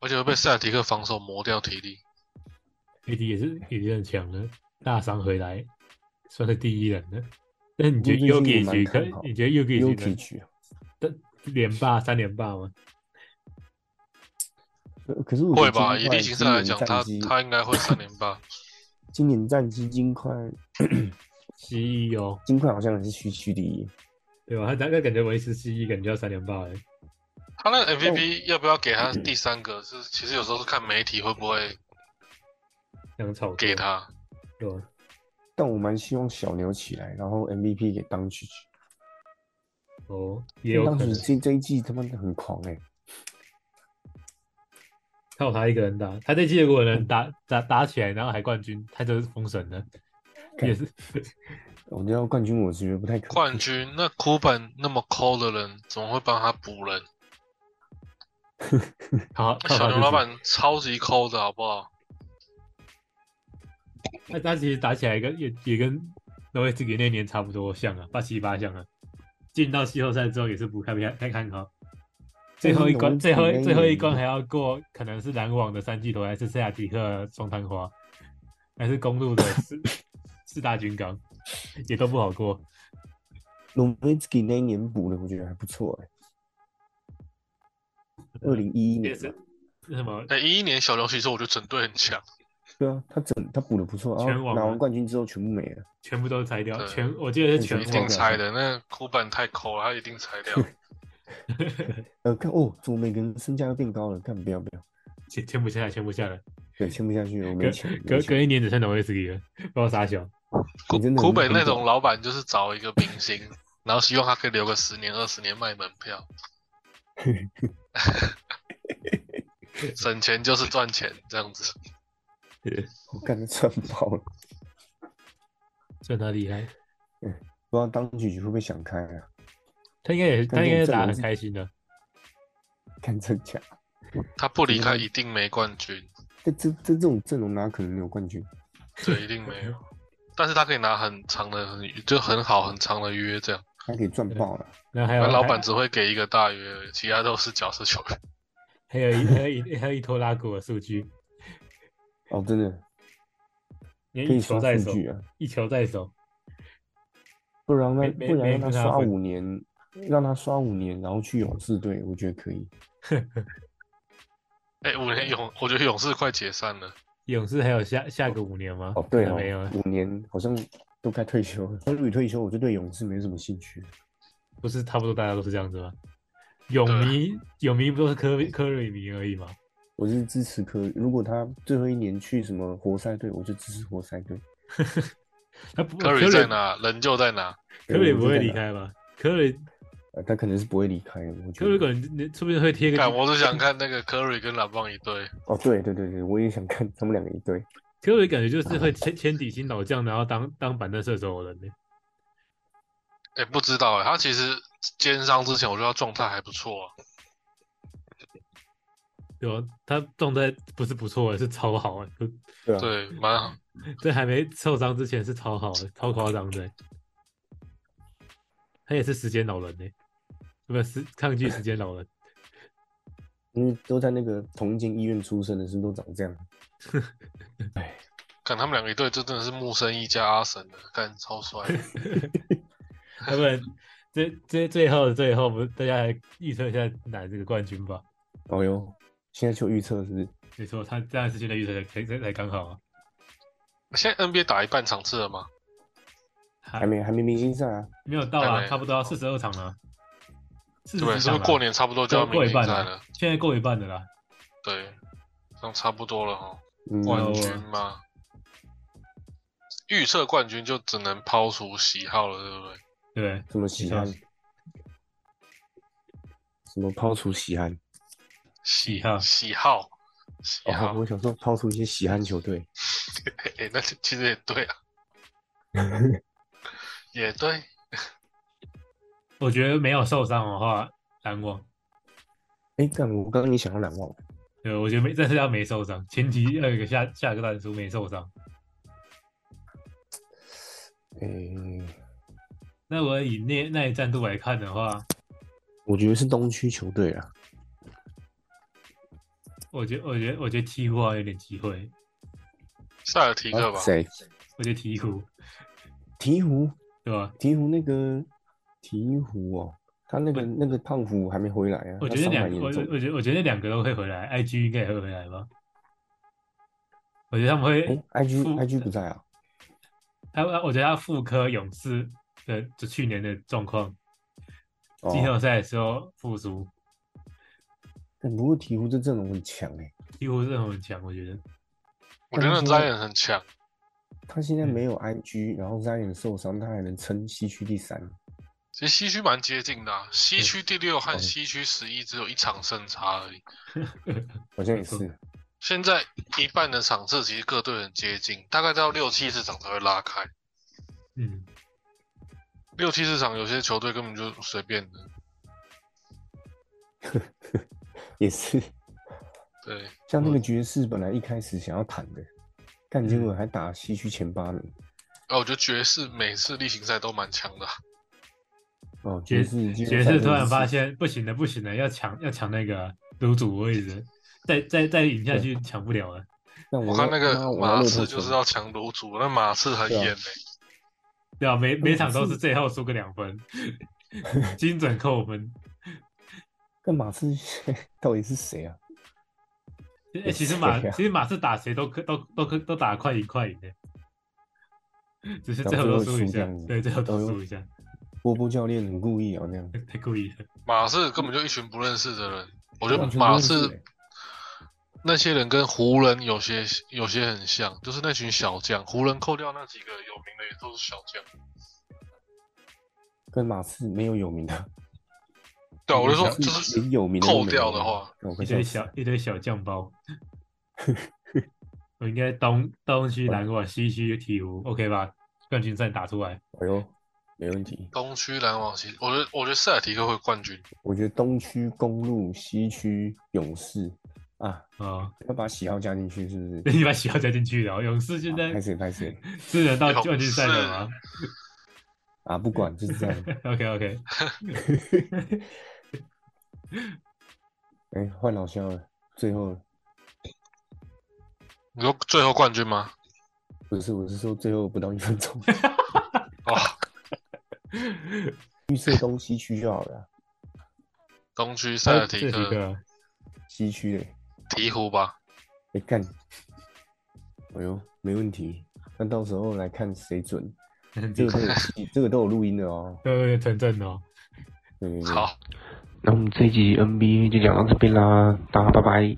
[SPEAKER 2] 而且又被塞尔提克防守磨掉体力。
[SPEAKER 3] KD 也是也是很强的，大伤回来算是第一人了。但你觉得
[SPEAKER 1] 不过最近
[SPEAKER 3] Yuki
[SPEAKER 1] 我
[SPEAKER 3] 局
[SPEAKER 1] 蛮
[SPEAKER 3] 可
[SPEAKER 1] 看好？
[SPEAKER 3] 你觉得 Yuki
[SPEAKER 1] u
[SPEAKER 3] 局
[SPEAKER 1] k
[SPEAKER 3] 能
[SPEAKER 1] 局啊，
[SPEAKER 3] 连霸三连霸吗？
[SPEAKER 1] 呃可是我觉
[SPEAKER 2] 会
[SPEAKER 1] 得
[SPEAKER 2] 吧？
[SPEAKER 1] 金
[SPEAKER 2] 以
[SPEAKER 1] 块
[SPEAKER 2] 例行
[SPEAKER 1] 今
[SPEAKER 2] 赛来
[SPEAKER 1] 年
[SPEAKER 2] 讲，
[SPEAKER 1] 战
[SPEAKER 2] 他
[SPEAKER 1] 绩
[SPEAKER 2] 他应该会三连霸。
[SPEAKER 1] 今年战绩金块，
[SPEAKER 3] 十一哦，
[SPEAKER 1] 金块好像还是区区第一。
[SPEAKER 3] 对吧？他大概感觉维持十一，感觉要三连霸了。
[SPEAKER 2] 他那个 MVP 要不要给他第三个？是其实有时候是看媒体会不会
[SPEAKER 3] 想炒作
[SPEAKER 2] 给，他。
[SPEAKER 3] 对吧？
[SPEAKER 1] 但我蛮希望小牛起来，然后 MVP 给当局。
[SPEAKER 3] 哦，也有
[SPEAKER 1] 当
[SPEAKER 3] 可
[SPEAKER 1] 局
[SPEAKER 3] 能
[SPEAKER 1] 这这一季他妈的很狂哎、
[SPEAKER 3] 靠他一个人打，他这季如果
[SPEAKER 1] 嗯
[SPEAKER 3] 能打打打起来，然后还冠军，他就是封神了，也是
[SPEAKER 1] 我觉得冠军我是觉得不太可能
[SPEAKER 2] 冠。军，那库本那么抠的人，怎么会帮他补人？
[SPEAKER 3] 好，
[SPEAKER 2] 那小牛
[SPEAKER 3] 靠他自
[SPEAKER 2] 老
[SPEAKER 3] 己，
[SPEAKER 2] 板超级抠的好不好？
[SPEAKER 3] 那他其实打起来跟也也跟诺维茨基那年差不多像啊，八七八像啊。进到季后赛之后也是不看不太看好，最后一关，最后最后一关还要过，可能是篮网的三巨头，还是塞亚迪克双探花，还是公路的四四大军港，也都不好过。
[SPEAKER 1] 隆维茨基那一年补的，我觉得还不错哎、二零一一
[SPEAKER 3] 啊也
[SPEAKER 1] 年
[SPEAKER 3] 是
[SPEAKER 1] 吧，
[SPEAKER 3] 那什么
[SPEAKER 2] 那一一年小牛其实我觉得整队很强，
[SPEAKER 1] 对啊，他整他补的不错，然
[SPEAKER 3] 全
[SPEAKER 1] 后
[SPEAKER 3] 网
[SPEAKER 1] 拿
[SPEAKER 3] 啊
[SPEAKER 1] 完冠军之后全部没了。
[SPEAKER 3] 全部都拆掉，
[SPEAKER 2] 对
[SPEAKER 3] 全我记得是
[SPEAKER 1] 全
[SPEAKER 3] 全
[SPEAKER 2] 一
[SPEAKER 1] 部
[SPEAKER 2] 定
[SPEAKER 3] 网啊
[SPEAKER 1] 拆
[SPEAKER 2] 拆的。那库本太抠了，他一定拆掉。
[SPEAKER 1] 呃，看哦，怎么每个人身价又变高了？看不要不要，
[SPEAKER 3] 签签不下来，签不下来，
[SPEAKER 1] 对，签不下去了，我
[SPEAKER 3] 隔
[SPEAKER 1] 没钱。
[SPEAKER 3] 隔
[SPEAKER 1] 没钱
[SPEAKER 3] 隔一年只剩挪威斯基了，不知道啥 小。
[SPEAKER 2] 库
[SPEAKER 1] 真的
[SPEAKER 2] 库
[SPEAKER 1] 很
[SPEAKER 2] 本
[SPEAKER 1] 很
[SPEAKER 2] 那
[SPEAKER 1] 懂
[SPEAKER 2] 种老板就是找一个明星，然后希望他可以留个十年二十年卖门 票，省钱就是赚钱这样子。
[SPEAKER 1] 我感觉赚爆了，
[SPEAKER 3] 算他厉害，
[SPEAKER 1] 不知道当局会不会想开啊？
[SPEAKER 3] 他他应该也他
[SPEAKER 1] 感觉
[SPEAKER 3] 应该
[SPEAKER 1] 这
[SPEAKER 3] 打
[SPEAKER 1] 轮
[SPEAKER 3] 得很
[SPEAKER 1] 子
[SPEAKER 3] 开心的，
[SPEAKER 1] 看真假。
[SPEAKER 2] 他不离
[SPEAKER 1] 嗯
[SPEAKER 2] 开一定没冠军，
[SPEAKER 1] 这这这这种阵容哪可能有冠军？
[SPEAKER 2] 对，一定 没有。但是他可以拿很长的、很就很好、很长的约这样。
[SPEAKER 1] 还可以赚爆了。
[SPEAKER 3] 然后还有
[SPEAKER 2] 那老
[SPEAKER 3] 还
[SPEAKER 2] 板只会给一个大约而已，其他都是角色球员。
[SPEAKER 3] 还有一还有一还有一拖拉股的数据，
[SPEAKER 1] 哦，真的
[SPEAKER 3] 连
[SPEAKER 1] 可
[SPEAKER 3] 一
[SPEAKER 1] 以
[SPEAKER 3] 球
[SPEAKER 1] 刷
[SPEAKER 3] 在
[SPEAKER 1] 数
[SPEAKER 3] 手，
[SPEAKER 1] 据啊，
[SPEAKER 3] 一球在手，
[SPEAKER 1] 不然
[SPEAKER 3] 没
[SPEAKER 1] 让
[SPEAKER 3] 没
[SPEAKER 1] 不然
[SPEAKER 3] 没
[SPEAKER 1] 让
[SPEAKER 3] 不
[SPEAKER 1] 他
[SPEAKER 3] 太
[SPEAKER 1] 刷
[SPEAKER 3] 会
[SPEAKER 1] 五年，让他刷五年，然后去勇士队，我觉得可以。
[SPEAKER 2] 哎，五年勇，我觉得勇士快解散了。
[SPEAKER 3] 勇士还有下下个五 年吗？
[SPEAKER 1] 哦，对
[SPEAKER 3] 那
[SPEAKER 1] 哦
[SPEAKER 3] 没有啊了，，
[SPEAKER 1] 五年好像都该退休了。 那如果退休，我就对勇士没什么兴趣。
[SPEAKER 3] 不是差不多大家都是这样子吗？泳
[SPEAKER 2] 对啊
[SPEAKER 3] 迷泳迷不都是科比科瑞迷而已吗？
[SPEAKER 1] 我是支持科，如果他最后一年去什么活塞队，我就支持活塞队。
[SPEAKER 3] 他 不
[SPEAKER 2] 科
[SPEAKER 3] 科
[SPEAKER 2] 瑞在
[SPEAKER 3] 瑞
[SPEAKER 2] 哪，人就在哪。
[SPEAKER 3] 科瑞
[SPEAKER 1] 我就
[SPEAKER 3] 不
[SPEAKER 1] 在
[SPEAKER 3] 会离
[SPEAKER 1] 哪、
[SPEAKER 3] 开吧？科瑞
[SPEAKER 1] 呃他可能是不会离开的。我觉
[SPEAKER 3] 科瑞
[SPEAKER 1] 得
[SPEAKER 3] 可能你说不定会贴个
[SPEAKER 2] 看，我只想看那个科瑞跟篮棒一队。
[SPEAKER 1] 哦，对对对对，我也想看他们两个一对。
[SPEAKER 3] 科瑞感觉就是会签签底薪老将，然后当当板凳射手的人呢。
[SPEAKER 2] 哎，不知道哎，他其实肩伤之前，我觉得他状态还不错啊。
[SPEAKER 3] 对吧？他状态不是不错，是超好啊！不
[SPEAKER 1] 对啊，
[SPEAKER 2] 对，蛮好。
[SPEAKER 3] 在还没受伤之前是超好的，超夸张的欸。他也是时间老人呢，不是时抗拒时间老人。
[SPEAKER 1] 因为都在那个同一间医院出生的，是不是都长这样？
[SPEAKER 2] 看他们两个一队，这真的是木生一加阿神的，看超帅。
[SPEAKER 3] 要不然最最最后的最后，我们大家来预测一下哪这个冠军吧。
[SPEAKER 1] 哦哟，现在就预测是不是？
[SPEAKER 3] 没错，他当然是现在预测才才才刚好啊，
[SPEAKER 2] 现在 NBA 打一半场次了吗？
[SPEAKER 1] 还没还没明星赛啊？
[SPEAKER 3] 没有到
[SPEAKER 2] 还
[SPEAKER 3] 啊，
[SPEAKER 2] 没
[SPEAKER 3] 差不多要四十二场了，四十
[SPEAKER 2] 对，是不是过年差不多就要
[SPEAKER 3] 过
[SPEAKER 2] 明
[SPEAKER 3] 一
[SPEAKER 2] 星
[SPEAKER 3] 半
[SPEAKER 2] 赛
[SPEAKER 3] 了
[SPEAKER 2] 了？
[SPEAKER 3] 现在过一半的啦。
[SPEAKER 2] 对，这样差不多了哈。
[SPEAKER 1] 嗯，
[SPEAKER 2] 冠军吗？预测冠军就只能抛除喜好了，对不对？
[SPEAKER 3] 对，
[SPEAKER 1] 什么喜
[SPEAKER 3] 没
[SPEAKER 1] 憨
[SPEAKER 3] 错？
[SPEAKER 1] 什么抛除喜憨？
[SPEAKER 2] 喜
[SPEAKER 3] 好
[SPEAKER 2] 喜好，喜好
[SPEAKER 1] 哦，，我想说抛出一些喜憨球队。
[SPEAKER 2] 哎、那就其实也 对啊，也对。
[SPEAKER 3] 我觉得没有受伤的话，篮网。
[SPEAKER 1] 哎，干，我刚刚也想要篮网，
[SPEAKER 3] 对，我觉得没，但是要没受伤，前提要有一个下下个弹珠没受伤。
[SPEAKER 1] 哎，
[SPEAKER 3] 那我以那那一战度来看的话，
[SPEAKER 1] 我觉得是东区球队啊。
[SPEAKER 3] 我觉得我觉得我觉得鹈鹕好像有点机会，
[SPEAKER 2] 塞尔提克吧，
[SPEAKER 1] 谁？
[SPEAKER 3] 我觉得鹈鹕
[SPEAKER 1] 鹈鹕，
[SPEAKER 3] 对吧？
[SPEAKER 1] 鹈鹕那个鹈鹕哦，他那个那个胖虎还没回来啊，
[SPEAKER 3] 我
[SPEAKER 1] 他
[SPEAKER 3] 觉得
[SPEAKER 1] 伤
[SPEAKER 3] 两
[SPEAKER 1] 蛮
[SPEAKER 3] 我
[SPEAKER 1] 严
[SPEAKER 3] 我
[SPEAKER 1] 重的。
[SPEAKER 3] 我觉得我觉得两个呃都会回来，IG 应该也会回来吧？我觉得他们会
[SPEAKER 1] 哎，IG
[SPEAKER 3] 复
[SPEAKER 1] IG 不在啊，
[SPEAKER 3] 他我觉得他复刻勇士的就去年的状况，
[SPEAKER 1] 哦
[SPEAKER 3] 季后赛的时候复苏，
[SPEAKER 1] 但不过鹈鹕这阵容很强哎，
[SPEAKER 3] 鹈鹕是很强，我觉得
[SPEAKER 2] 我觉得
[SPEAKER 1] 东区
[SPEAKER 2] Zion 很强，
[SPEAKER 1] 他现在
[SPEAKER 3] 嗯
[SPEAKER 1] 没有 IG，然后 Zion 受伤，他还能撑西区第三。
[SPEAKER 2] 其实西区蛮接近的啊、西区第六和
[SPEAKER 1] 嗯
[SPEAKER 2] 西区十一只有一场胜差而已。
[SPEAKER 1] 好像也
[SPEAKER 3] 没错
[SPEAKER 1] 是，
[SPEAKER 2] 现在一半的场次其实各队很接近，大概到六七十场才会拉开。
[SPEAKER 3] 嗯，
[SPEAKER 2] 六七十场有些球队根本就随便的，
[SPEAKER 1] 也是。
[SPEAKER 2] 对，
[SPEAKER 1] 像那
[SPEAKER 3] 我
[SPEAKER 1] 个爵士，本来一开始想要谈的，但结
[SPEAKER 3] 嗯
[SPEAKER 1] 果还打西区前八名。
[SPEAKER 2] 啊，我觉得爵士每次例行赛都蛮强的啊，
[SPEAKER 1] 哦，
[SPEAKER 3] 爵
[SPEAKER 1] 爵士，
[SPEAKER 3] 爵士突然发，现不行了，不行了，要抢要抢那个卤煮位置，再再再赢下去抢不了了。
[SPEAKER 1] 那
[SPEAKER 2] 我
[SPEAKER 1] 我
[SPEAKER 2] 看
[SPEAKER 1] 要
[SPEAKER 2] 那
[SPEAKER 1] 那
[SPEAKER 2] 个
[SPEAKER 1] 我要
[SPEAKER 2] 马
[SPEAKER 1] 乐
[SPEAKER 2] 刺
[SPEAKER 1] 透
[SPEAKER 2] 就
[SPEAKER 1] 球
[SPEAKER 2] 知道强卢主，那马刺很
[SPEAKER 1] 对啊
[SPEAKER 2] 严嘞、
[SPEAKER 3] 对啊，每每场都
[SPEAKER 1] 是
[SPEAKER 3] 是最后输个两 分，精准扣分。
[SPEAKER 1] 那马刺 到底是谁啊？
[SPEAKER 3] 哎、
[SPEAKER 1] 也
[SPEAKER 3] 其实
[SPEAKER 1] 是
[SPEAKER 3] 马
[SPEAKER 1] 啊
[SPEAKER 3] 其实马是打谁都可都都可都打得快赢快赢的，只是
[SPEAKER 1] 然后
[SPEAKER 3] 最后
[SPEAKER 1] 最后
[SPEAKER 3] 都输
[SPEAKER 1] 输
[SPEAKER 3] 一
[SPEAKER 1] 这
[SPEAKER 3] 下
[SPEAKER 1] 样，子
[SPEAKER 3] 对，最后都
[SPEAKER 1] 哎呦
[SPEAKER 3] 输一下，
[SPEAKER 1] 波波教练很故意啊，这样。
[SPEAKER 3] 太故意了。
[SPEAKER 2] 马刺根本就一群不认识的人，我觉得
[SPEAKER 1] 完全不
[SPEAKER 2] 马
[SPEAKER 1] 认识
[SPEAKER 2] 刺
[SPEAKER 1] 欸
[SPEAKER 2] 那些人跟湖人有些有些很像，就是那群小将。湖人扣掉那几个有名的也都是小将。
[SPEAKER 1] 跟马刺没有有名的，
[SPEAKER 2] 对啊，我就说
[SPEAKER 1] 马刺
[SPEAKER 2] 就是
[SPEAKER 1] 连有名的都
[SPEAKER 2] 扣
[SPEAKER 1] 没
[SPEAKER 2] 掉
[SPEAKER 1] 有
[SPEAKER 2] 的话，
[SPEAKER 1] 啊那我
[SPEAKER 3] 一
[SPEAKER 1] 快
[SPEAKER 3] 堆
[SPEAKER 1] 笑死
[SPEAKER 3] 小一堆小酱包。我应该东东区南网西区鹈鹕，OK 吧？冠军战打出来，
[SPEAKER 1] 哎呦，没问题。
[SPEAKER 2] 东区篮网其实，我觉得我觉得塞尔提克会冠军，
[SPEAKER 1] 我觉得东区公路、西区勇士啊，
[SPEAKER 3] 啊！
[SPEAKER 1] 要把喜好加进去是不 是？
[SPEAKER 3] 你把喜好加进去了，勇士现在
[SPEAKER 1] 开始开始
[SPEAKER 3] 是能到冠军赛了吗
[SPEAKER 1] 啊，不管就是这 样。
[SPEAKER 3] ？OK OK，
[SPEAKER 1] 哎、换老乡了，最后了
[SPEAKER 2] 你说最后冠军吗？
[SPEAKER 1] 不是，我是说最后不到一分钟，
[SPEAKER 2] 哦，
[SPEAKER 1] 预测东西区就好了啊、
[SPEAKER 2] 东区塞尔提
[SPEAKER 3] 这几
[SPEAKER 2] 克、
[SPEAKER 3] 个
[SPEAKER 1] 西区嘞，
[SPEAKER 2] 鹈鹕吧，
[SPEAKER 1] 哎、干，哎呦，没问题。那到时候来看谁准，
[SPEAKER 3] 很
[SPEAKER 1] 这
[SPEAKER 3] 低
[SPEAKER 1] 个， 都有记，这个都有录音的哦。
[SPEAKER 3] 对对对，纯正哦。
[SPEAKER 1] 对对对。
[SPEAKER 2] 好。
[SPEAKER 1] 那我们这一集 NBA 就讲到这边啦，大家拜拜。